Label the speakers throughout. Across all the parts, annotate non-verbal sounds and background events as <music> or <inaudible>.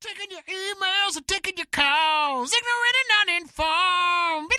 Speaker 1: Taking your emails and taking your calls. Ignorant and uninformed.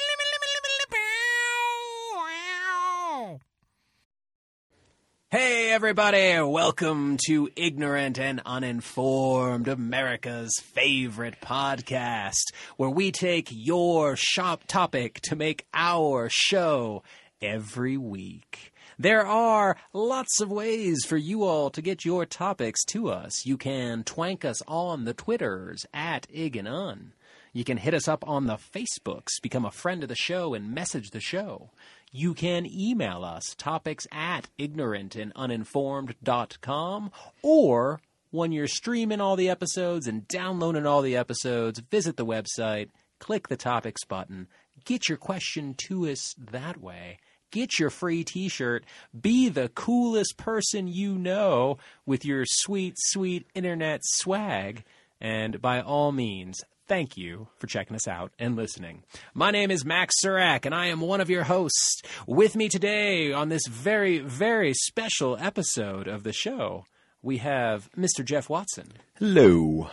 Speaker 2: Hey, everybody, welcome to Ignorant and Uninformed, America's favorite podcast, where we take your shop topic to make our show every week. There are lots of ways for you all to get your topics to us. You can twank us on the Twitters at Ig and Un. You can hit us up on the Facebooks, become a friend of the show, and message the show. You can email us topics at ignorantanduninformed.com or when you're streaming all the episodes and downloading all the episodes, visit the website, click the topics button, get your question to us that way. Get your free t shirt. Be the coolest person you know with your sweet, sweet internet swag. And by all means, thank you for checking us out and listening. My name is Max Surak, and I am one of your hosts. With me today on this very, very special episode of the show, we have Mr. Jeff Watson.
Speaker 3: Hello.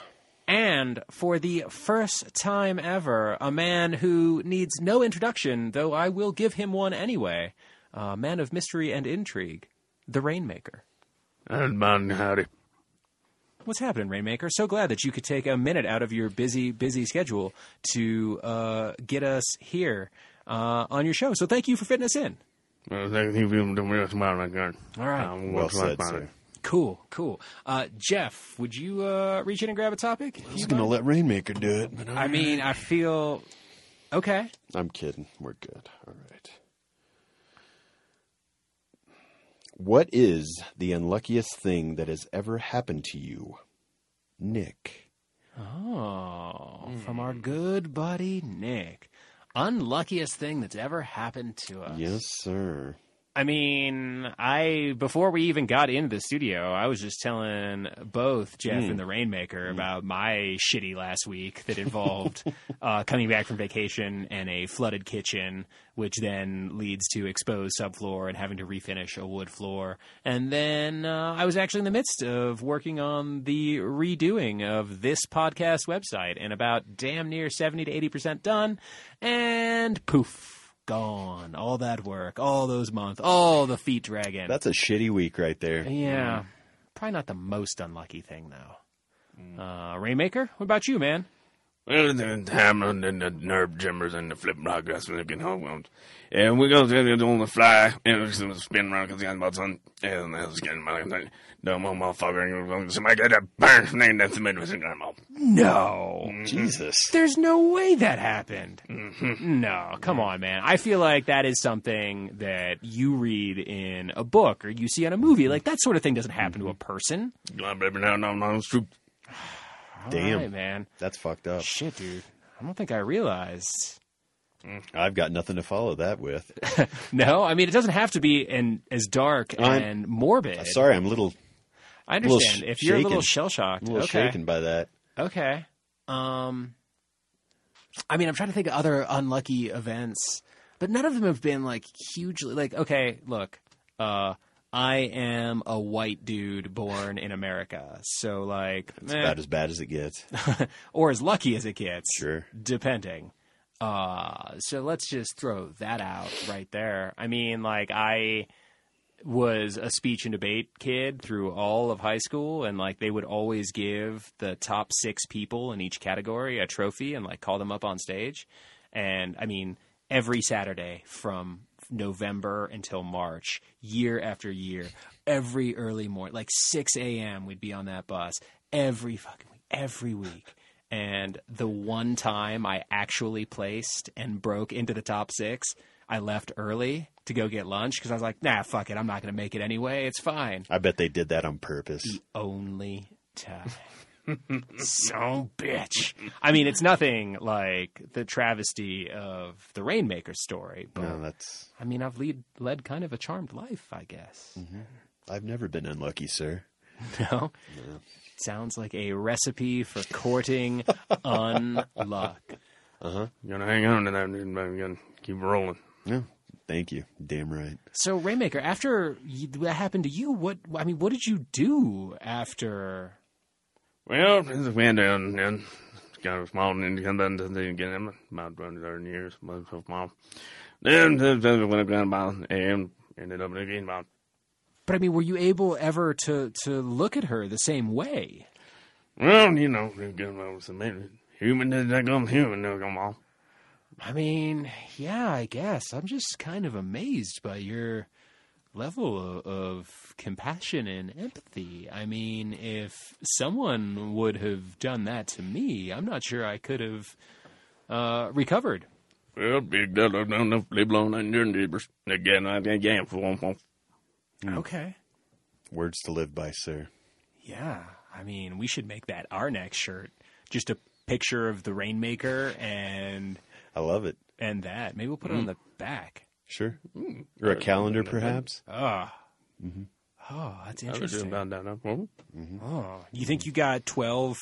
Speaker 2: And for the first time ever, a man who needs no introduction, though I will give him one anyway, a man of mystery and intrigue, the Rainmaker.
Speaker 4: And man, howdy.
Speaker 2: What's happening, Rainmaker? So glad that you could take a minute out of your busy, busy schedule to uh, get us here uh, on your show. So thank you for fitting us in.
Speaker 4: Well, thank you for doing this, man. I got-
Speaker 2: All right.
Speaker 4: I'm
Speaker 3: Well
Speaker 4: gonna try
Speaker 3: said,
Speaker 4: to find
Speaker 3: sir.
Speaker 4: it.
Speaker 2: Cool, cool. Uh, Jeff, would you uh, reach in and grab a topic?
Speaker 3: I was going to let Rainmaker do it. but I-
Speaker 2: I mean, I feel okay.
Speaker 3: I'm kidding. We're good. All right. What is the unluckiest thing that has ever happened to you? Nick.
Speaker 2: Oh, from our good buddy Nick. Unluckiest thing that's ever happened to us.
Speaker 3: Yes, sir.
Speaker 2: I mean, I before we even got into the studio, I was just telling both Jeff and the Rainmaker about my shitty last week that involved uh, coming back from vacation and a flooded kitchen, which then leads to exposed subfloor and having to refinish a wood floor. And then uh, I was actually in the midst of working on the redoing of this podcast website, and about damn near seventy to eighty percent done, and poof gone. All that work, all those months, all the feet dragging.
Speaker 3: That's Mm. a shitty week right there.
Speaker 2: yeah, probably not the most unlucky thing though.
Speaker 3: Mm.
Speaker 2: Uh, Rainmaker, what about you, man?
Speaker 4: Well, the Hamlin and the nerve jimmers and the flip rock that's looking home. And we go to the on the fly and it's gonna spin around because the about son and I was getting my dumb old motherfucker and we're going to somebody get a burn name that's the midwest and grandma.
Speaker 2: No,
Speaker 3: Jesus. Mm-hmm.
Speaker 2: there's no way that happened. No, come
Speaker 3: Mm.
Speaker 2: on, man. I feel like that is something that you read in a book or you see on a movie. Like that sort of thing doesn't happen
Speaker 3: Mm-hmm.
Speaker 2: to a person.
Speaker 4: Blah blah blah no no no it's true.
Speaker 2: All
Speaker 3: Damn.
Speaker 2: right, man.
Speaker 3: That's fucked up.
Speaker 2: Shit, dude. I don't think I realized.
Speaker 3: I've got nothing to follow that with.
Speaker 2: No, I mean it doesn't have to be an, as dark
Speaker 3: I'm-
Speaker 2: and morbid.
Speaker 3: Sorry, I'm a little,
Speaker 2: I
Speaker 3: little
Speaker 2: understand.
Speaker 3: sh-
Speaker 2: if you're a little
Speaker 3: shaken.
Speaker 2: shell shocked,
Speaker 3: a little
Speaker 2: okay,
Speaker 3: shaken by that.
Speaker 2: okay. Um, I mean, I'm trying to think of other unlucky events, but none of them have been like hugely like. Okay, look, uh, I am a white dude born in America, so like, eh,
Speaker 3: About as bad as it gets.
Speaker 2: or as lucky as it gets,
Speaker 3: Sure.
Speaker 2: depending. Uh, so let's just throw that out right there. I mean, like I was a speech and debate kid through all of high school, and like they would always give the top six people in each category a trophy and like call them up on stage. And I mean, every Saturday from November until March, year after year, every early morning, like 6 a.m., we'd be on that bus every fucking week, every week. And the one time I actually placed and broke into the top six, I left early to go get lunch because I was like, nah, fuck it. I'm not going to make it anyway. It's fine.
Speaker 3: I bet they did that on purpose.
Speaker 2: Only time. so bitch. I mean, it's nothing like the travesty of the Rainmaker story, but
Speaker 3: No, that's.
Speaker 2: I mean, I've lead, led kind of a charmed life, I guess.
Speaker 3: I've never been unlucky, sir.
Speaker 2: No? Sounds like a recipe for courting unluck.
Speaker 4: Gonna hang on to that dude but we gonna keep rolling.
Speaker 3: No, thank you. Damn right.
Speaker 2: So Rainmaker, after you, that happened to you, what I mean, what did you do after?
Speaker 4: Well, there's a window and, and it's kind of small and then then then then again I'm about twenty thirty years, but so small. Then then then it went up down about and ended up in the game about
Speaker 2: But I mean, were you able ever to to look at her the same way?
Speaker 4: well, you know, they're good about some men. human is that come human they'll come off.
Speaker 2: I mean, yeah, I guess I'm just kind of amazed by your level o- of, compassion and empathy. I mean, if someone would have done that to me, I'm not sure I could have uh, recovered.
Speaker 4: Well, big dollar down the flip blown on your neighbors. Again, I think yeah, for one point.
Speaker 2: Okay.
Speaker 3: Words to live by, sir.
Speaker 2: Yeah, I mean, we should make that our next shirt. Just a picture of the rainmaker and
Speaker 3: I love it. Hmm.
Speaker 2: and that. Maybe we'll put it
Speaker 4: Mm-hmm.
Speaker 2: on the back.
Speaker 3: Sure. Or a calendar, perhaps.
Speaker 2: Ah. Oh, that's
Speaker 4: I was
Speaker 2: interesting.
Speaker 4: about Mm-hmm. that. huh?
Speaker 2: Oh, you think you got twelve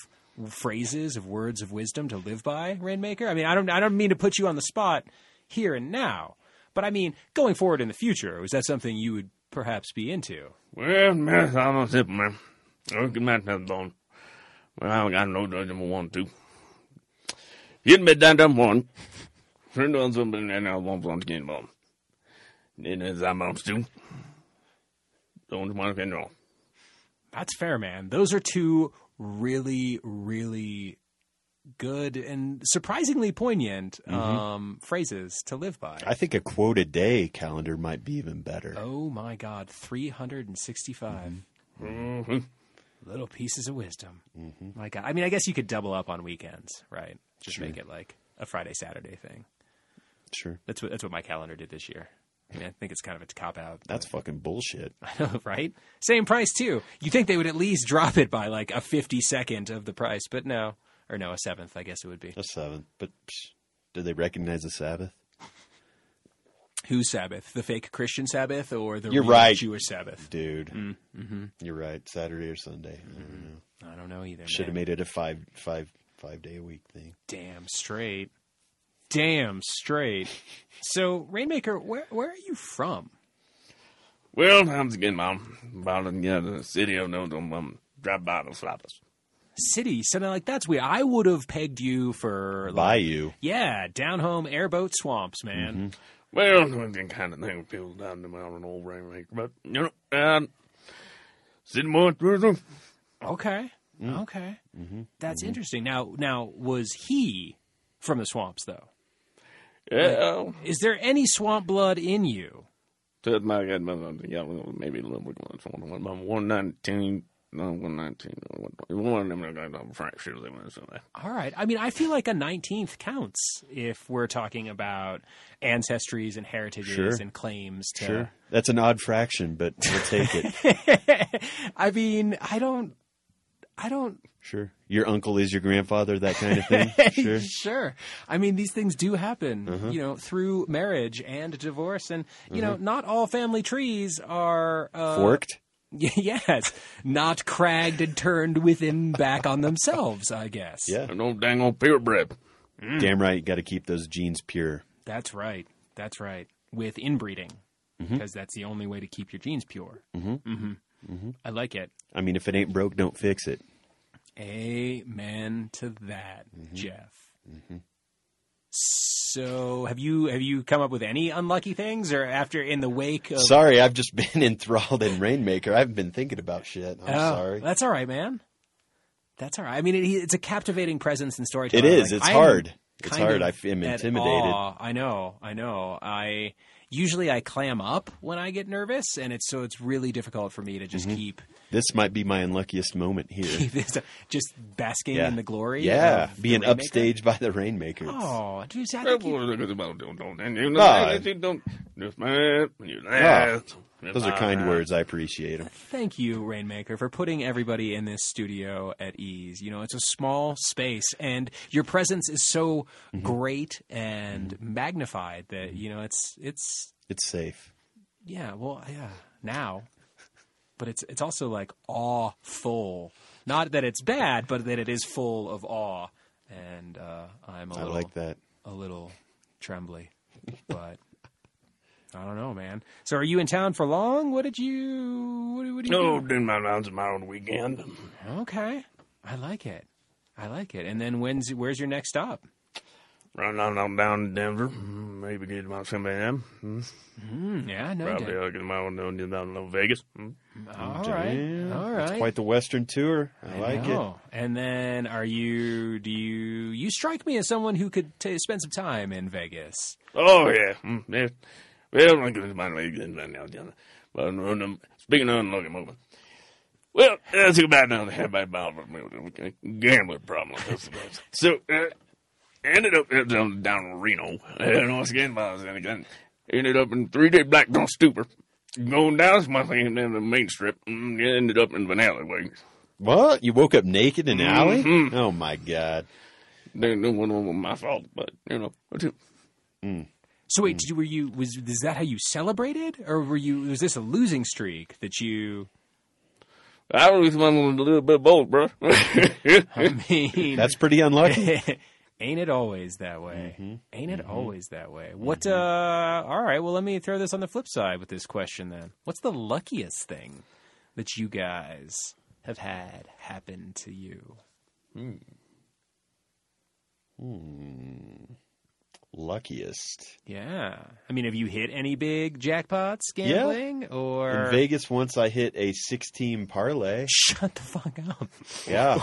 Speaker 2: phrases of words of wisdom to live by, Rainmaker? I mean, I don't, I don't mean to put you on the spot here and now, but I mean, going forward in the future, is that something you would perhaps be into?
Speaker 4: Well, man, it's almost simple, man. I can match that bone. Well, I got no judge number one, two. Hit me down to one. Turn on something and I won't want to get bone. Then it's I'm on two. Don't want to get wrong.
Speaker 2: That's fair, man. Those are two really, really good and surprisingly poignant um, phrases to live by.
Speaker 3: Mm-hmm. I think a quote a day calendar might be even better.
Speaker 2: oh my God, three hundred and sixty-five.
Speaker 4: Mm-hmm.
Speaker 2: little pieces of wisdom.
Speaker 3: Mm-hmm.
Speaker 2: My God, I mean, I guess you could double up on weekends, right? Just make it like a Friday Saturday thing.
Speaker 3: Sure.
Speaker 2: That's what that's what my calendar did this year. I mean, I think it's kind of a cop out, <laughs>
Speaker 3: That's fucking bullshit. <laughs>
Speaker 2: right? Same price too. You think they would at least drop it by like a fifty second of the price, but no, or no, a seventh, I guess it would be.
Speaker 3: A seven. But psh, did they recognize the Sabbath?
Speaker 2: Whose Sabbath? The fake Christian Sabbath or the
Speaker 3: You're
Speaker 2: real
Speaker 3: right.
Speaker 2: Jewish Sabbath?
Speaker 3: Dude. You're right. Saturday or Sunday. I don't know.
Speaker 2: I don't know either.
Speaker 3: Should have
Speaker 2: man.
Speaker 3: made it a five five five day a week thing.
Speaker 2: Damn straight. Damn
Speaker 3: <laughs>
Speaker 2: straight. so, Rainmaker, where where are you from?
Speaker 4: Well, times again, Mom. About to get the city of no um, drop by the flappers.
Speaker 2: city, something like that's weird. I would have pegged you for like,
Speaker 3: Bayou.
Speaker 2: yeah, down home airboat swamps, man.
Speaker 4: Well, that kind of thing with people down the mountain, old rainmaker. But, you know, uh, city more tourism.
Speaker 3: Mm-hmm.
Speaker 2: Okay, okay, that's interesting. Now, now was he from the swamps though?
Speaker 4: Yeah.
Speaker 2: Is there any swamp blood in you?
Speaker 4: That's my god, my god, yeah, well, maybe a little bit more. It's one, one, one nineteen, no, one nineteen, one, one of them. I got a Frank Shirley one or something.
Speaker 2: All right. I mean, I feel like a 19th counts if we're talking about ancestries and heritages
Speaker 3: Sure.
Speaker 2: and claims to
Speaker 3: Sure. That's an odd fraction, but we'll take it.
Speaker 2: <laughs>
Speaker 3: <laughs>
Speaker 2: I mean, I don't I don't
Speaker 3: Sure. Your uncle is your grandfather, that kind of <laughs> thing. Sure. Uh-huh.
Speaker 2: sure. I mean, these things do happen, you know, through marriage and divorce, and you know,
Speaker 3: Mm-hmm.
Speaker 2: not all family trees are uh,
Speaker 3: Forked.
Speaker 2: <laughs> Yes, not cragged and turned within back on themselves. I guess.
Speaker 3: Yeah.
Speaker 4: An old dang old purebred.
Speaker 3: Damn right. You got to keep those genes pure.
Speaker 2: that's right. That's right. With inbreeding,
Speaker 3: Mm-hmm.
Speaker 2: because that's the only way to keep your genes pure. Mm-hmm. Mm-hmm. I like it.
Speaker 3: I mean, if it ain't broke, don't fix it.
Speaker 2: Amen to that,
Speaker 3: Mm-hmm.
Speaker 2: Jeff. So, have you have you come up with any unlucky things, or after in the wake of?
Speaker 3: Sorry, I've just <laughs> been enthralled in Rainmaker. I've been thinking about shit. I'm
Speaker 2: Oh,
Speaker 3: sorry.
Speaker 2: That's all right, man. That's all right. I mean, it, it's a captivating presence in
Speaker 3: It
Speaker 2: storytelling.
Speaker 3: is.
Speaker 2: Like,
Speaker 3: it's
Speaker 2: I am
Speaker 3: hard. It's
Speaker 2: kind
Speaker 3: hard. I
Speaker 2: of
Speaker 3: f- am
Speaker 2: at
Speaker 3: intimidated.
Speaker 2: awe. I know. I know. I usually I clam up when I get nervous, and it's so it's really difficult for me to just
Speaker 3: Mm-hmm.
Speaker 2: keep <laughs>
Speaker 3: This might be my unluckiest moment here.
Speaker 2: this, just basking
Speaker 3: Yeah.
Speaker 2: in the glory.
Speaker 3: yeah,
Speaker 2: of the
Speaker 3: being
Speaker 2: Rainmaker.
Speaker 3: upstaged by the Rainmakers.
Speaker 2: Oh, dude, I
Speaker 4: Don't,
Speaker 2: think you-
Speaker 4: don't, don't, don't, and you
Speaker 3: Ah.
Speaker 4: know, you don't, just man, you
Speaker 3: Ah.
Speaker 4: laugh.
Speaker 3: Those are kind words. I appreciate them.
Speaker 2: Thank you, Rainmaker, for putting everybody in this studio at ease. You know, it's a small space, and your presence is so
Speaker 3: Mm-hmm.
Speaker 2: great and magnified that you know it's it's
Speaker 3: It's safe.
Speaker 2: yeah, well, yeah, now, but it's it's also like awful. Not that it's bad, but that it is full of awe, and uh, I'm a
Speaker 3: I
Speaker 2: little
Speaker 3: like that.
Speaker 2: a little trembly, but. <laughs> I don't know, man. So, are you in town for long? What did you? What, what do you? do?
Speaker 4: No, doing my rounds of my own weekend.
Speaker 2: Okay. I like it. I like it. And then when's where's your next stop?
Speaker 4: Run on, on down to Denver. Mm, Maybe get my some of them. Mm,
Speaker 2: Mm, yeah, I know.
Speaker 4: Probably
Speaker 2: Dan.
Speaker 4: I'll get my own down to Vegas. Mm.
Speaker 2: All right.
Speaker 3: Damn,
Speaker 2: All right.
Speaker 3: That's quite the Western tour. I, like it.
Speaker 2: know. And then are you do you you strike me as someone who could t- spend some time in Vegas.
Speaker 4: Oh yeah. Mm, yeah. Well, I'm going to my legs in right now, John. But I'm running- speaking of unlucky moving. Well, let's go back down to have my gambler problem. That's the best. So, uh, ended up at down, down in Reno. And once again, I was in again. Ended up in three day black don't stupor. Going down my thing down the main strip. And ended up in an alleyway.
Speaker 3: What? You woke up naked in an alley?
Speaker 4: Mhm.
Speaker 2: Mm-hmm.
Speaker 3: Oh my god.
Speaker 4: They knew one was my fault, but you know, what you-
Speaker 2: So
Speaker 3: Hmm.
Speaker 2: wait, did you, were you was is that how you celebrated, or were you was this a losing streak that you?
Speaker 4: I was one with a little bit of both, bro. <laughs>
Speaker 2: I mean,
Speaker 3: That's pretty unlucky.
Speaker 2: <laughs> ain't it always that way?
Speaker 3: Mm-hmm.
Speaker 2: Ain't it always that way? What? uh All right, well, let me throw this on the flip side with this question then. What's the luckiest thing that you guys have had happen to you?
Speaker 3: Luckiest.
Speaker 2: Yeah, I mean, have you hit any big jackpots gambling or?
Speaker 3: In Vegas, once I hit a 16 parlay.
Speaker 2: <laughs> Shut the fuck up!
Speaker 3: Yeah.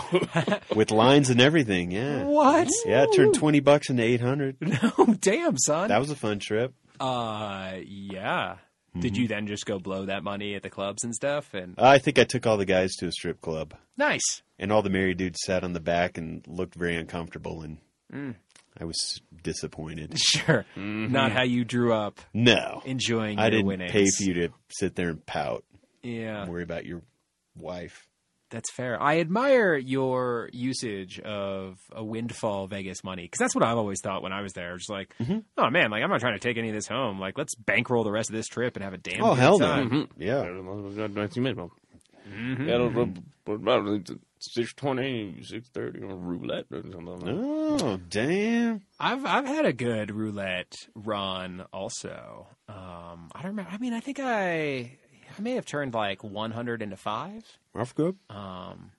Speaker 3: With lines and everything. Yeah.
Speaker 2: What?
Speaker 3: Yeah,
Speaker 2: <laughs>
Speaker 3: it turned 20 bucks into 800.
Speaker 2: No, Oh, damn son.
Speaker 3: That was a fun trip.
Speaker 2: Uh, yeah. Did
Speaker 3: Mm-hmm.
Speaker 2: you then just go blow that money at the clubs and stuff? And
Speaker 3: I think I took all the guys to a strip club,
Speaker 2: nice. <laughs>
Speaker 3: and all the married dudes sat on the back and looked very uncomfortable, and
Speaker 2: Mm.
Speaker 3: I was disappointed.
Speaker 2: Sure. Not how you drew up
Speaker 3: No.
Speaker 2: enjoying
Speaker 3: mm-hmm. I
Speaker 2: your
Speaker 3: didn't
Speaker 2: winnings.
Speaker 3: pay for you to sit there and pout
Speaker 2: Yeah,
Speaker 3: and worry about your wife.
Speaker 2: that's fair. I admire your usage of a windfall Vegas money because that's what I've always thought when I was there. Just like,
Speaker 3: Mm-hmm.
Speaker 2: oh man, like I'm not trying to take any of this home. Like, let's bankroll the rest of this trip and have a damn.
Speaker 3: Oh,
Speaker 2: good
Speaker 3: hell no. Mm-hmm.
Speaker 2: time. Mm-hmm.
Speaker 3: Yeah.
Speaker 4: Six twenty, six thirty on roulette or something. Like that.
Speaker 3: Oh, damn.
Speaker 2: I've I've had a good roulette run also. Um, I don't remember. I mean, I think I I may have turned like 100 into five.
Speaker 3: Off good.
Speaker 2: Um,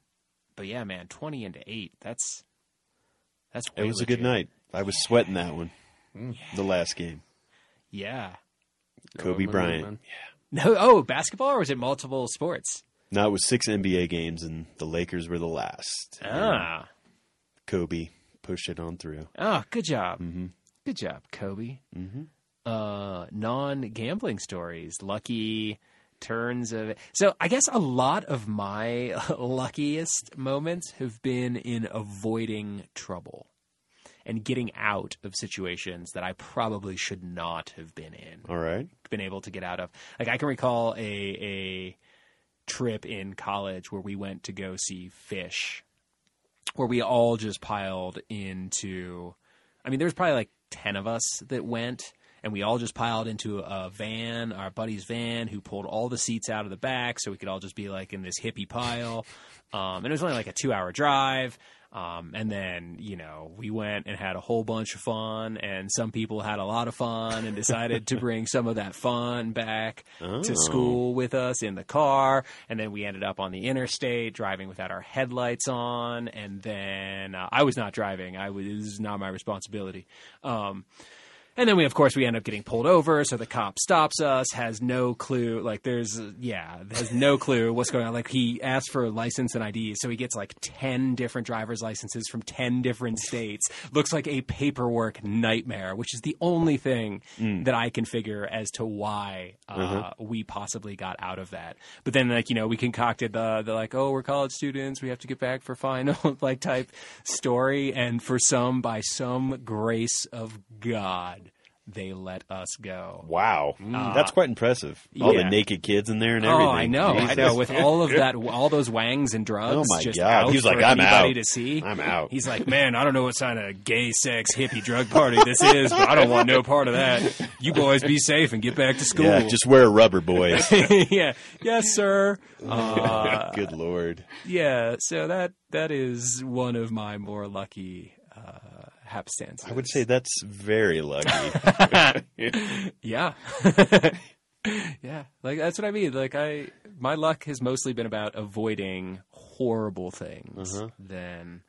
Speaker 2: but yeah, man, 20 into eight. That's that's.
Speaker 3: It
Speaker 2: way
Speaker 3: was a good
Speaker 2: legit.
Speaker 3: night. I was sweating that one.
Speaker 4: Mm.
Speaker 3: The last game.
Speaker 2: Yeah.
Speaker 3: Kobe Bryant.
Speaker 2: No. Oh, basketball or was it multiple sports?
Speaker 3: No, it was six NBA games, and the Lakers were the last.
Speaker 2: Ah.
Speaker 3: Kobe pushed it on through.
Speaker 2: Oh, good job. Good job, Kobe. Mm-hmm. Uh, non-gambling stories, lucky turns of. So I guess a lot of my <laughs> luckiest moments have been in avoiding trouble and getting out of situations that I probably should not have been in.
Speaker 3: All right.
Speaker 2: been able to get out of. Like I can recall a a trip in college where we went to go see fish, where we all just piled into. I mean, there was probably like ten of us that went, and we all just piled into a van, our buddy's van, who pulled all the seats out of the back so we could all just be like in this hippie pile. <laughs> Um, and it was only like a two hour drive. Um, and then, you know, we went and had a whole bunch of fun, and some people had a lot of fun and decided to bring some of that fun back to school with us in the car. And then we ended up on the interstate driving without our headlights on. And then uh, I was not driving, I was, this is not my responsibility. Um, and then we, of course, we end up getting pulled over. So the cop stops us, has no clue. Like, there's, yeah, has no clue what's going on. Like, he asks for a license and ID. So he gets like 10 different driver's licenses from 10 different states. Looks like a paperwork nightmare, which is the only thing
Speaker 3: Mm.
Speaker 2: that I can figure as to why uh,
Speaker 3: Mm-hmm.
Speaker 2: we possibly got out of that. But then, like, you know, we concocted the, the like, oh, we're college students. We have to get back for final, <laughs> like, type story. And for some, by some grace of God, they let us go.
Speaker 3: Wow. That's quite impressive.
Speaker 2: Ah.
Speaker 3: All
Speaker 2: yeah.
Speaker 3: the naked kids in there and everything.
Speaker 2: Oh, I know, I
Speaker 3: Jesus.
Speaker 2: know. With all of that, all those wangs and drugs,
Speaker 3: Oh, my
Speaker 2: just
Speaker 3: God.
Speaker 2: out
Speaker 3: He was
Speaker 2: for
Speaker 3: like, "I'm
Speaker 2: anybody
Speaker 3: out.
Speaker 2: to see.
Speaker 3: <laughs> I'm out.
Speaker 2: He's like, man, I don't know what kind of gay sex hippie drug party this is, but I don't want no part of that. You boys be safe and get back to school.
Speaker 3: Yeah, just wear a rubber, boys.
Speaker 2: <laughs>
Speaker 3: <laughs>
Speaker 2: yeah, yes, sir. Uh,
Speaker 3: Good lord.
Speaker 2: yeah, so that that is one of my more lucky uh, hapstances.
Speaker 3: I would say that's very <laughs> lucky.
Speaker 2: Yeah. <laughs> yeah. Like that's what I mean. Like I my luck has mostly been about avoiding horrible things
Speaker 3: Uh-huh.
Speaker 2: than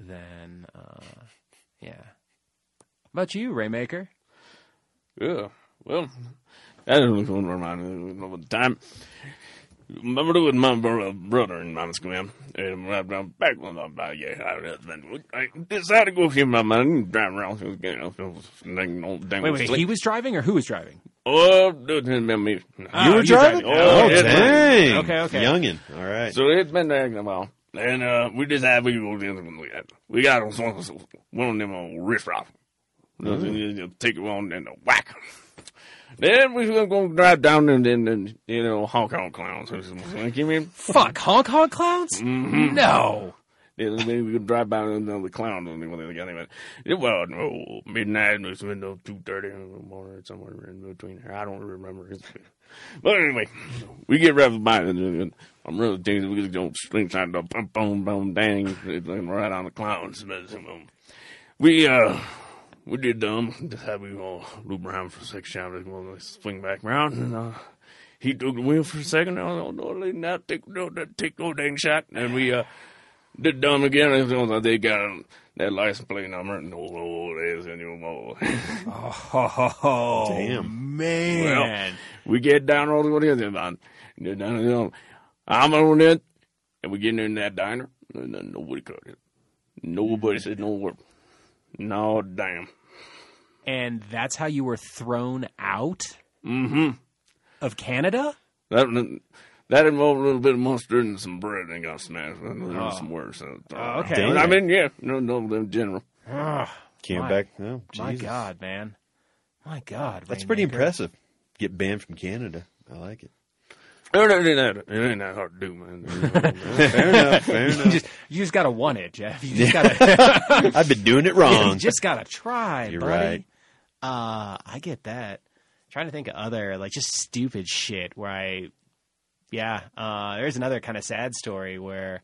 Speaker 2: than uh, yeah. How about you, Raymaker?
Speaker 4: Yeah. Well, that doesn't going to remind me of the time. Remember doing with my bro- brother in my school, and when I was back when I was yeah, I was- I decided to go see my man and drive around. So, you know, so, dang, no, dang,
Speaker 2: Wait, wait,
Speaker 4: sleep.
Speaker 2: he was driving or who was <laughs> driving?
Speaker 4: oh, dude, it's been me.
Speaker 2: Ah, you
Speaker 4: driving? Oh,
Speaker 3: Oh,
Speaker 4: yeah,
Speaker 3: dang.
Speaker 2: Okay, okay.
Speaker 3: Youngin. All right.
Speaker 4: So it's been there a while, and uh, we decided we go to the we got we got on some one of them old riff raff. Take it on and whack. Then we were gonna drive down and then then, you know Hong Kong clowns. or something. You mean?
Speaker 2: Fuck, Hong Kong clowns? Mm-hmm. No.
Speaker 4: Then then we could drive by and another clown on the other guy. Anyway, it was no midnight. It was window two thirty in the morning, somewhere in between there. I don't remember. <laughs> But anyway, we get right by it. and I'm really thinking we just don't string side the boom boom boom dang it's like right on the clowns. But, um, We uh. We did dumb. Decided we were gonna loop around for a second shot. We were gonna swing back around, and uh, he took the wheel for a second. I was like, "Oh, "No, no, no, take no, no, take no dang shot." And we uh, did dumb again. As soon as they got that license plate number, no, no, there's any more.
Speaker 2: Oh,
Speaker 3: Damn.
Speaker 2: man.
Speaker 4: <laughs> we get down all the way to the down, down, down. I'm on it, and we get in that diner, and then nobody cut it. Nobody said no word. No, damn.
Speaker 2: and that's how you were thrown out of Canada?
Speaker 4: Mm-hmm. That that involved a little bit of mustard and some bread and got smashed. And there was some words. So
Speaker 2: Oh, okay.
Speaker 4: I mean, yeah, no, no, in general.
Speaker 3: Came
Speaker 2: my-
Speaker 3: back. Oh,
Speaker 2: My
Speaker 3: Jesus.
Speaker 2: God, man. My God.
Speaker 3: That's pretty
Speaker 2: Rainmaker.
Speaker 3: impressive. Get banned from Canada. I like it.
Speaker 4: It ain't that, it ain't that hard to do, <laughs> man.
Speaker 3: Fair
Speaker 2: <laughs>
Speaker 3: enough. Fair
Speaker 2: You
Speaker 3: enough.
Speaker 2: just, you just gotta want it, Jeff. You just gotta,
Speaker 3: I've been doing it
Speaker 2: you <laughs>
Speaker 3: wrong.
Speaker 2: just gotta try,
Speaker 3: You're
Speaker 2: buddy.
Speaker 3: right.
Speaker 2: Uh, I get that. trying to think of other like just stupid shit where I, yeah. Uh, there's another kind of sad story where,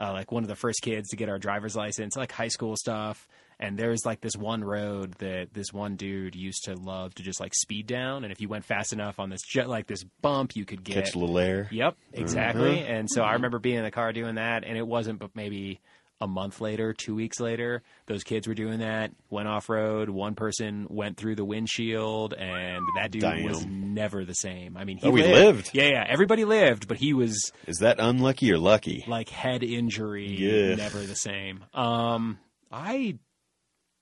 Speaker 2: uh, like one of the first kids to get our driver's license, like high school stuff. And there's like this one road that this one dude used to love to just like speed down, and if you went fast enough on this jet, like this bump, you could get
Speaker 3: Catch a little air.
Speaker 2: Yep, exactly.
Speaker 3: Mm-hmm.
Speaker 2: And so I remember being in the car doing that, and it wasn't but maybe a month later, two weeks later, those kids were doing that, went off road. One person went through the windshield, and that dude
Speaker 3: Damn.
Speaker 2: was never the same. I mean, he
Speaker 3: Oh, he
Speaker 2: lived.
Speaker 3: lived?
Speaker 2: Yeah, yeah. Everybody lived, but he was
Speaker 3: Is that unlucky or lucky?
Speaker 2: like head injury,
Speaker 3: Yeah.
Speaker 2: never the same. Um, I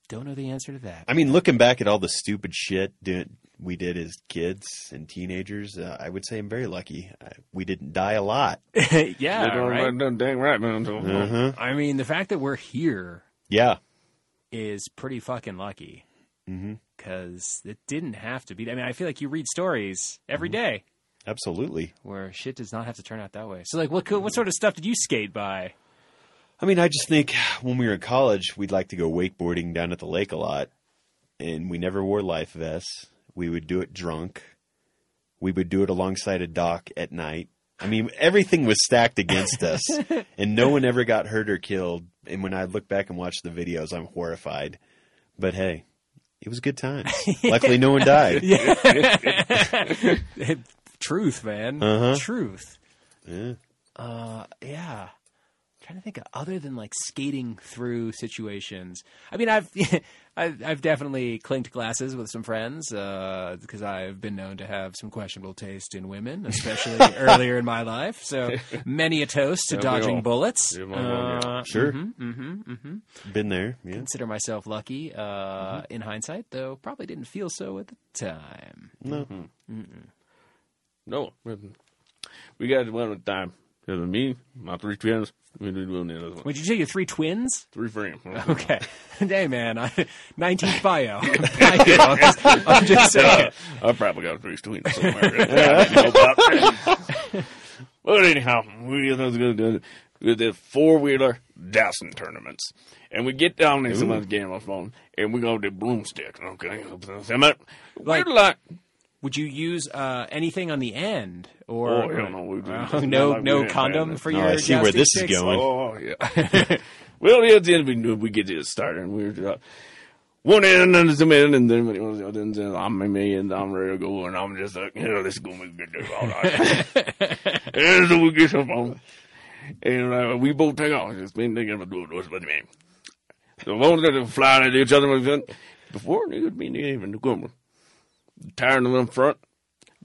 Speaker 2: don't know the answer to that.
Speaker 3: <laughs> I mean, looking back at all the stupid shit do- we did as kids and teenagers, uh, I would say I'm very lucky. I, we didn't die a lot.
Speaker 2: yeah, right.
Speaker 4: Dang right, man. So,
Speaker 3: Uh-huh.
Speaker 2: I mean, the fact that we're here
Speaker 3: Yeah.
Speaker 2: is pretty fucking lucky.
Speaker 3: hmm
Speaker 2: because it didn't have to be. I mean, I feel like you read stories every day
Speaker 3: Absolutely.
Speaker 2: Mm-hmm. where shit does not have to turn out that way. So, like, what could, what sort of stuff did you skate <laughs> by?
Speaker 3: I mean, I just think when we were in college, we'd like to go wakeboarding down at the lake a lot, and we never wore life vests. We would do it drunk. We would do it alongside a dock at night. I mean, everything was stacked against us, and no one ever got hurt or killed. And when I look back and watch the videos, I'm horrified. But hey, it was good times. Luckily, no one died.
Speaker 2: Truth, man.
Speaker 3: Uh-huh.
Speaker 2: Truth.
Speaker 3: Yeah.
Speaker 2: Uh, yeah. trying to think of other than like skating through situations. I mean, I've <laughs> I've, I've definitely clinked glasses with some friends because I've been known to have some questionable taste in women, <laughs> especially earlier in my life. So many a toast to
Speaker 4: Yeah, we
Speaker 2: dodging
Speaker 4: all-
Speaker 2: bullets.
Speaker 4: Yeah, we all know, yeah.
Speaker 2: Uh,
Speaker 3: Sure.
Speaker 2: hmm hmm
Speaker 3: Been there. Yeah.
Speaker 2: consider myself lucky uh, in hindsight, though probably didn't feel so at the time.
Speaker 3: No.
Speaker 4: No, we got one at a time. It was me, my three twins. We did one the other one.
Speaker 2: Would you say your three twins?
Speaker 4: Three frames. <laughs>
Speaker 2: Okay, <laughs> hey man, I, 19th bio. <laughs> Bio, I'm just, I'm just saying.
Speaker 4: I probably got three twins somewhere. <laughs> I
Speaker 2: <laughs>
Speaker 4: didn't know about that. but anyhow, we was gonna do we did four wheeler dousing tournaments, and we get down in somebody's game on phone, and we go to broomstick. Okay,
Speaker 2: Like-
Speaker 4: we're like
Speaker 2: Would you use uh, anything on the end or
Speaker 4: Oh,
Speaker 2: <laughs>
Speaker 4: hell no, we didn't.
Speaker 2: Uh, no,
Speaker 4: Like we
Speaker 2: no
Speaker 4: didn't,
Speaker 2: condom
Speaker 4: man.
Speaker 2: for
Speaker 3: No,
Speaker 2: your?
Speaker 3: I see where
Speaker 2: jousting
Speaker 3: this is
Speaker 2: sticks?
Speaker 3: going.
Speaker 4: Oh yeah. <laughs> well, yeah, then we knew we get to start, and we were uh, one end and then in, and then it was- then then I'm in me, and I'm ready to go, and I'm just like, you know, this is gonna be good. All right. and so we get some phone. and uh, we both take off. It's been taken for doing this, but man. The ones that fly at each other, before they would be even the good one. Tired of them front,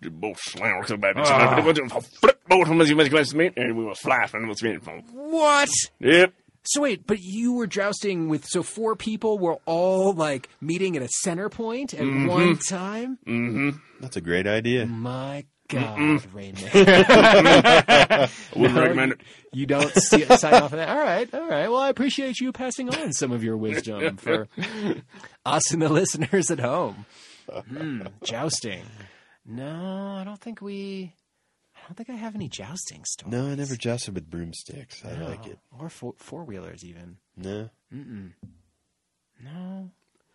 Speaker 4: just both slam so bad. Flip both of them as you make glass meat, and we will fly from the meat.
Speaker 2: What?
Speaker 4: <laughs> Yep.
Speaker 2: So wait, but you were jousting with so four people were all like meeting at a center point at
Speaker 4: Mm-hmm.
Speaker 2: one time.
Speaker 3: That's a great idea.
Speaker 2: Mm. My God, Raymond,
Speaker 4: I wouldn't recommend it.
Speaker 2: you don't see, sign off on that. All right, all right. Well, I appreciate you passing on some of your wisdom <laughs> for us and the listeners at home. Hmm, jousting? No, I don't think we. I don't think I have any jousting stories.
Speaker 3: No, I never jousted with broomsticks. I like it.
Speaker 2: Or four four wheelers even.
Speaker 3: No.
Speaker 2: No.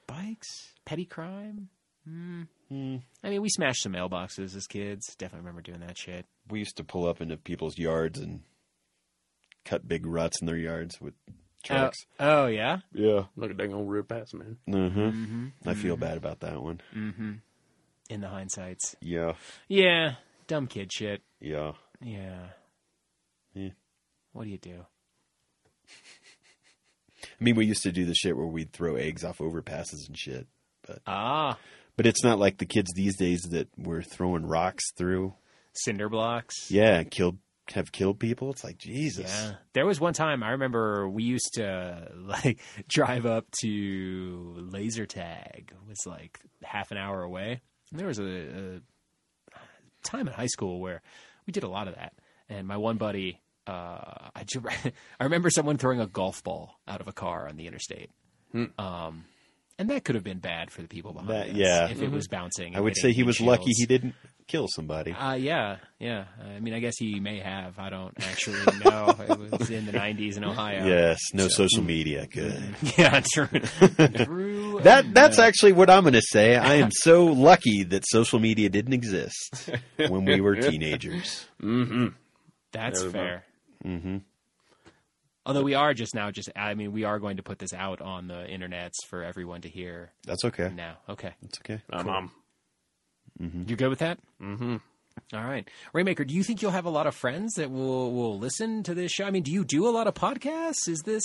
Speaker 2: Bikes? Petty crime? Hmm. I mean, we smashed some mailboxes as kids. Definitely remember doing that shit.
Speaker 3: We used to pull up into people's yards and cut big ruts in their yards with trucks.
Speaker 2: Oh, oh, yeah? Mm.
Speaker 4: Yeah. Look at that going real past, man.
Speaker 3: mm-hmm. I feel bad about that one.
Speaker 2: Mm-hmm. In the hindsights.
Speaker 3: Yeah.
Speaker 2: Yeah. Dumb kid shit.
Speaker 3: Yeah.
Speaker 2: Yeah.
Speaker 3: Yeah.
Speaker 2: What do you do?
Speaker 3: I mean, we used to do the shit where we'd throw eggs off overpasses and shit. But
Speaker 2: Ah,
Speaker 3: but it's not like the kids these days that were throwing rocks through.
Speaker 2: cinder blocks.
Speaker 3: Yeah, killed have killed people. It's like Jesus.
Speaker 2: Yeah. There was one time I remember we used to <laughs> like drive up to laser tag was like half an hour away. And there was a, a time in high school where we did a lot of that. And my one buddy, uh, I, ju- <laughs> I remember someone throwing a golf ball out of a car on the interstate. Um, and that could have been bad for the people behind
Speaker 3: Hmm. That-
Speaker 2: us
Speaker 3: yeah. Mm-hmm.
Speaker 2: if it was bouncing.
Speaker 3: I would say he was lucky he didn't kill somebody.
Speaker 2: Uh, yeah, yeah. I mean, I guess he may have. I don't actually know. it was in the 90s in Ohio.
Speaker 3: Yes, no social media. Good.
Speaker 2: <laughs> Yeah, true. true.
Speaker 3: That
Speaker 2: uh,
Speaker 3: that's actually what I'm going to say. I am
Speaker 2: <laughs>
Speaker 3: so lucky that social media didn't exist when we
Speaker 2: <laughs>
Speaker 3: were teenagers.
Speaker 2: That's
Speaker 4: Never
Speaker 2: fair.
Speaker 4: mind.
Speaker 3: hmm
Speaker 2: Although we are just now, just I mean, we are going to put this out on the internets for everyone to hear
Speaker 3: That's okay.
Speaker 2: now. Okay,
Speaker 3: That's okay.
Speaker 2: Oh.
Speaker 4: My mom.
Speaker 2: you good with that? Mm-hmm. All right, Raymaker. Do you think you'll have a lot of friends that will will listen to this show? I mean, do you do a lot of podcasts? Is this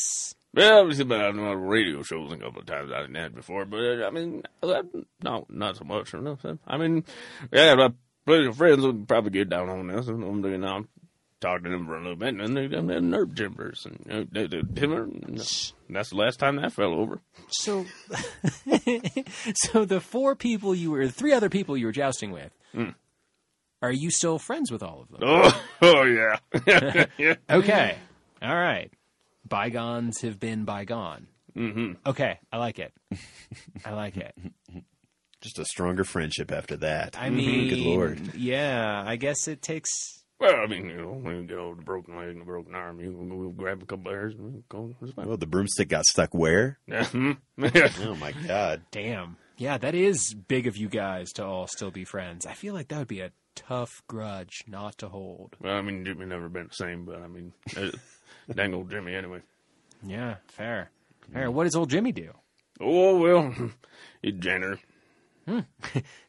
Speaker 4: Well, it's about I've done radio shows a couple of times I didn't have before, but uh, I mean, uh, no, not so much. You know what I'm saying? I mean, yeah, my plenty of friends would probably get down on this. and I'm doing now. I'm talking to them for a little bit, and then they- then they're nerve timbers, and you know, they, they timber, and that's the last time that fell over. <laughs>
Speaker 3: <laughs>
Speaker 2: so? so the four people you were, three other people you were jousting with.
Speaker 3: Hmm.
Speaker 2: Are you still friends with all of them?
Speaker 4: Oh, oh yeah. <laughs>
Speaker 3: Oh.
Speaker 2: Okay. All right. Bygones have been bygone. Mm-hmm. Okay. I like it. I like
Speaker 3: <laughs>
Speaker 2: it.
Speaker 3: Just a stronger friendship after that. Mm-hmm.
Speaker 2: I mean,
Speaker 3: good lord.
Speaker 2: Yeah. I guess it takes.
Speaker 4: Well, I mean, you know, when you get old, a broken leg and a broken arm, you can go grab a couple of hairs and go. It's fine. <laughs>
Speaker 3: Well, the broomstick got
Speaker 2: <laughs>
Speaker 3: stuck where?
Speaker 4: Yeah, hmm. Yeah.
Speaker 3: Oh my god.
Speaker 2: Damn. Yeah. That is big of you guys to all still be friends. I feel like that would be a tough grudge not to hold.
Speaker 4: well, I mean, Jimmy never been the same, but I mean, uh, <laughs> dang old Jimmy anyway.
Speaker 2: Yeah. Fair. Fair.
Speaker 3: Mm.
Speaker 2: What does old Jimmy do?
Speaker 4: Oh well, <laughs> he's janitor.
Speaker 2: Is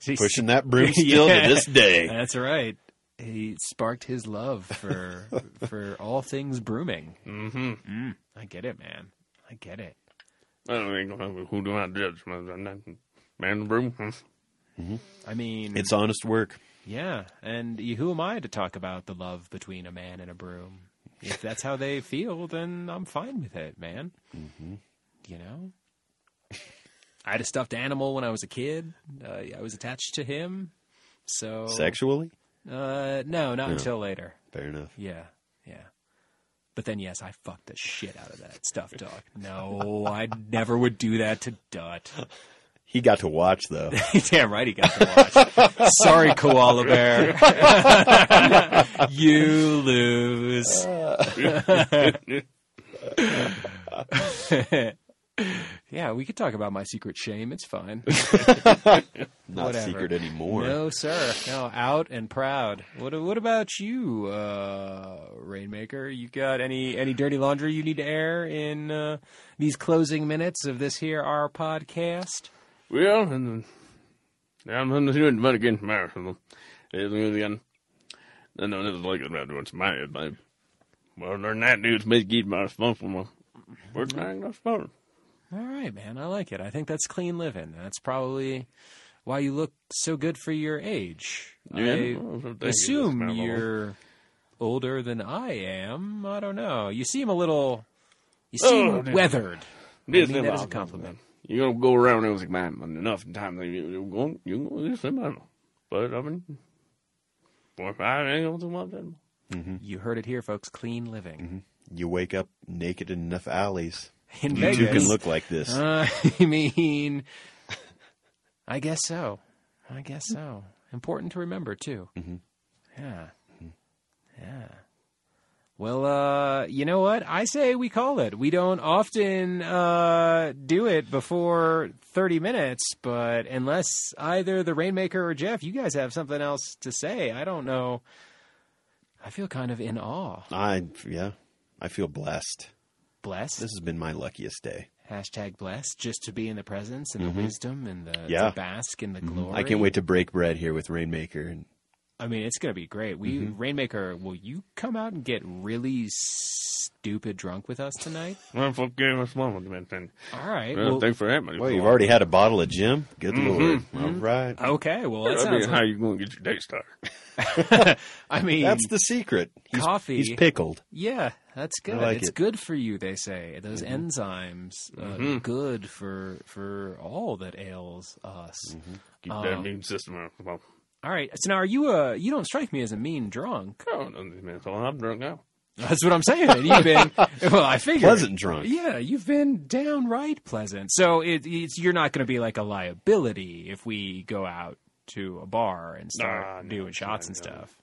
Speaker 2: he-
Speaker 3: Pushing that broom
Speaker 2: <laughs>
Speaker 3: still
Speaker 2: Yeah. Um,
Speaker 3: to
Speaker 2: <laughs>
Speaker 3: this day.
Speaker 2: That's right. He sparked his love for <laughs> for all things brooming. Mm-hmm. Mm, I get it, man. I get it.
Speaker 4: I don't think who do I judge? Man in the room. Hmm.
Speaker 2: I mean,
Speaker 3: It's honest work.
Speaker 2: Yeah, and y- who am I to talk about the love between a man and a broom? If that's how they feel, then I'm fine with it, man. You know, <laughs> I had a stuffed animal when I was a kid. Uh, I was attached to him. So
Speaker 3: Sexually?
Speaker 2: Uh, no, not until later.
Speaker 3: Fair enough.
Speaker 2: Yeah, yeah. But then, yes, I fucked the shit out of that stuffed dog. No, I never would do that to Dut.
Speaker 3: He got to watch though.
Speaker 2: <laughs> Damn right he got to watch. Sorry, koala bear. <laughs> you lose. <laughs> yeah, we could talk about my secret shame. It's fine.
Speaker 3: Not
Speaker 2: Whatever.
Speaker 3: secret anymore.
Speaker 2: No, sir. No, out and proud. What What about you, uh, Rainmaker? You got any any dirty laundry you need to air in uh, these closing minutes of this here our podcast?
Speaker 4: Well, and then I'm going to do it but again tomorrow. So, it's gonna be again. And then it's like that once my my Well, learn that dude's been keeping my responsible. We're trying to respond.
Speaker 2: All right, man. I like it. I think that's clean living. That's probably why you look so good for your age. I assume you're older than I am. I don't know. You seem a little. You seem
Speaker 4: Oh, dude.
Speaker 2: weathered.
Speaker 4: This
Speaker 2: I mean, that is a compliment.
Speaker 4: You're gonna go around and it's like man enough times that you- you're going you're gonna do something. But I mean four or five ain't gonna do much anymore.
Speaker 2: You heard it here, folks. Clean living
Speaker 3: You wake up naked in enough alleys.
Speaker 2: in
Speaker 3: Mm-hmm. You too
Speaker 2: Vegas.
Speaker 3: can look like this.
Speaker 2: Uh, I <laughs> mean, I guess so. I guess so. Important to remember too. Yeah, yeah. Well, uh, you know what? I say we call it. We don't often uh, do it before thirty minutes, but unless either the Rainmaker or Jeff, you guys have something else to say, I don't know. I feel kind of in awe.
Speaker 3: I yeah, I feel blessed.
Speaker 2: Blessed.
Speaker 3: This has been my luckiest day.
Speaker 2: Hashtag blessed, just to be in the presence and the wisdom and the
Speaker 3: Mm-hmm. Yeah. Mm-hmm.
Speaker 2: to bask in the glory.
Speaker 3: I can't wait to break bread here with Rainmaker and
Speaker 2: I mean, it's gonna be great. We
Speaker 3: Mm-hmm.
Speaker 2: Rainmaker, will you come out and get really stupid drunk with us
Speaker 3: <laughs>
Speaker 2: tonight?
Speaker 4: Well fuck gave us one man.
Speaker 2: All right.
Speaker 4: Well,
Speaker 2: Well,
Speaker 4: thanks for that man.
Speaker 3: Well, you've already had a bottle of Jim. Good
Speaker 2: Mm-hmm.
Speaker 3: lord! All right,
Speaker 2: okay. Well, that
Speaker 4: I mean,
Speaker 2: sounds.
Speaker 4: how
Speaker 2: Like,
Speaker 4: you gonna get your day started?
Speaker 2: <laughs> I mean,
Speaker 3: that's the secret. He's,
Speaker 2: Coffee.
Speaker 3: He's pickled.
Speaker 2: yeah, that's good.
Speaker 3: like
Speaker 2: it's
Speaker 3: it. Mm-hmm.
Speaker 2: good for you, they say. Those enzymes, uh, good for for all that ails us.
Speaker 3: Mm-hmm.
Speaker 4: Keep
Speaker 2: Oh.
Speaker 4: that immune system up. Well,
Speaker 2: All right. So now, are you a? You don't strike me as a mean drunk. <laughs>
Speaker 4: oh, no, man, so I'm drunk now.
Speaker 2: That's what I'm saying. And you've
Speaker 3: <laughs>
Speaker 2: been. well, I figured
Speaker 3: Pleasant
Speaker 2: <laughs>
Speaker 3: drunk.
Speaker 2: Yeah, you've been downright pleasant. So it, it's you're not going to be like a liability if we go out to a bar and start
Speaker 4: Nah, no,
Speaker 2: doing
Speaker 4: it's
Speaker 2: shots
Speaker 4: fine,
Speaker 2: and
Speaker 4: no.
Speaker 2: stuff.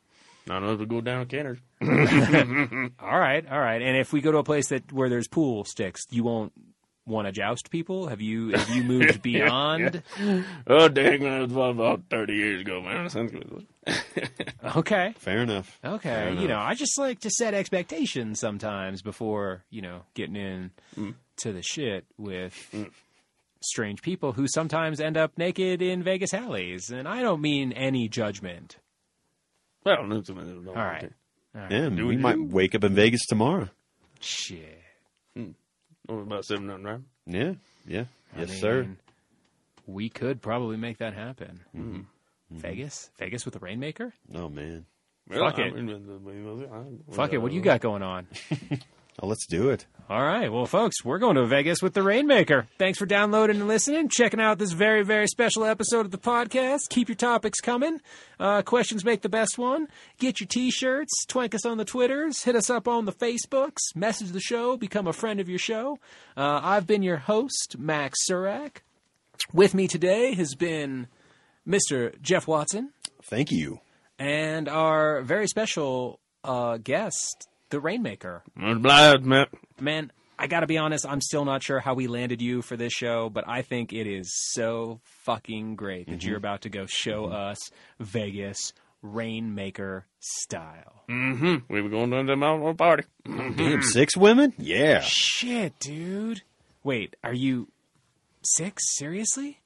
Speaker 4: Not enough to go down canners.
Speaker 2: All right, all right. And if we go to a place that where there's pool sticks, you won't want to joust people. Have you have
Speaker 4: <laughs>
Speaker 2: you moved beyond?
Speaker 4: Oh dang, man, it was about- about thirty years ago, man. That sounds good.
Speaker 2: Okay.
Speaker 3: Fair enough.
Speaker 2: Okay, you know, I just like to set expectations sometimes before you know getting in
Speaker 3: Mm.
Speaker 2: to the shit with strange people who sometimes end up naked in Vegas alleys, and I don't mean any judgment.
Speaker 4: Well, no, it's a minute.
Speaker 2: All right,
Speaker 3: Yeah, we
Speaker 4: Do you?
Speaker 3: might wake up in Vegas tomorrow.
Speaker 2: shit.
Speaker 4: Over about seven nine, right?
Speaker 3: Yeah, yeah,
Speaker 2: I
Speaker 3: yes,
Speaker 2: mean,
Speaker 3: sir.
Speaker 2: We could probably make that happen.
Speaker 3: Mm-hmm.
Speaker 2: Vegas, Vegas with the rainmaker.
Speaker 3: Oh man,
Speaker 2: Fuck it. Fuck it. What do you got going on?
Speaker 3: oh, let's do it.
Speaker 2: All right. Well, folks, we're going to Vegas with the Rainmaker. Thanks for downloading and listening, checking out this very, very special episode of the podcast. Keep your topics coming. Uh, questions make the best one. Get your t shirts, twank us on the Twitters, hit us up on the Facebooks, message the show, become a friend of your show. Uh, I've been your host, Max Surak. With me today has been Mr. Jeff Watson
Speaker 3: Thank you.
Speaker 2: and our very special uh, guest, the Rainmaker.
Speaker 4: Much obliged, man.
Speaker 2: Man, I gotta be honest, I'm still not sure how we landed you for this show, but I think it is so fucking great that you're about to go show us Vegas Rainmaker style.
Speaker 4: hmm We were going down to my little party.
Speaker 3: Damn, six women. Yeah,
Speaker 2: Mm-hmm. Shit, dude. Wait, are you six? Seriously?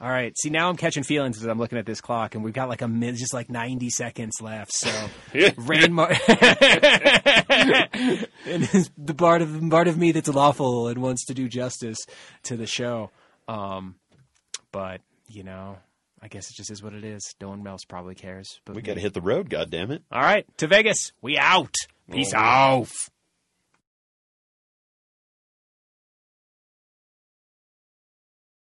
Speaker 2: All right. See, now I'm catching feelings as I'm looking at this clock, and we've got like a min just like 90 seconds left. So, <laughs> Rainmaker, and it's the part of part of me that's lawful and wants to do justice to the show. Um, but you know, I guess it just is what it is. No one else probably cares. But
Speaker 3: we
Speaker 2: me.
Speaker 3: got to hit the road. God damn it.
Speaker 2: All right, to Vegas. We out. Peace out.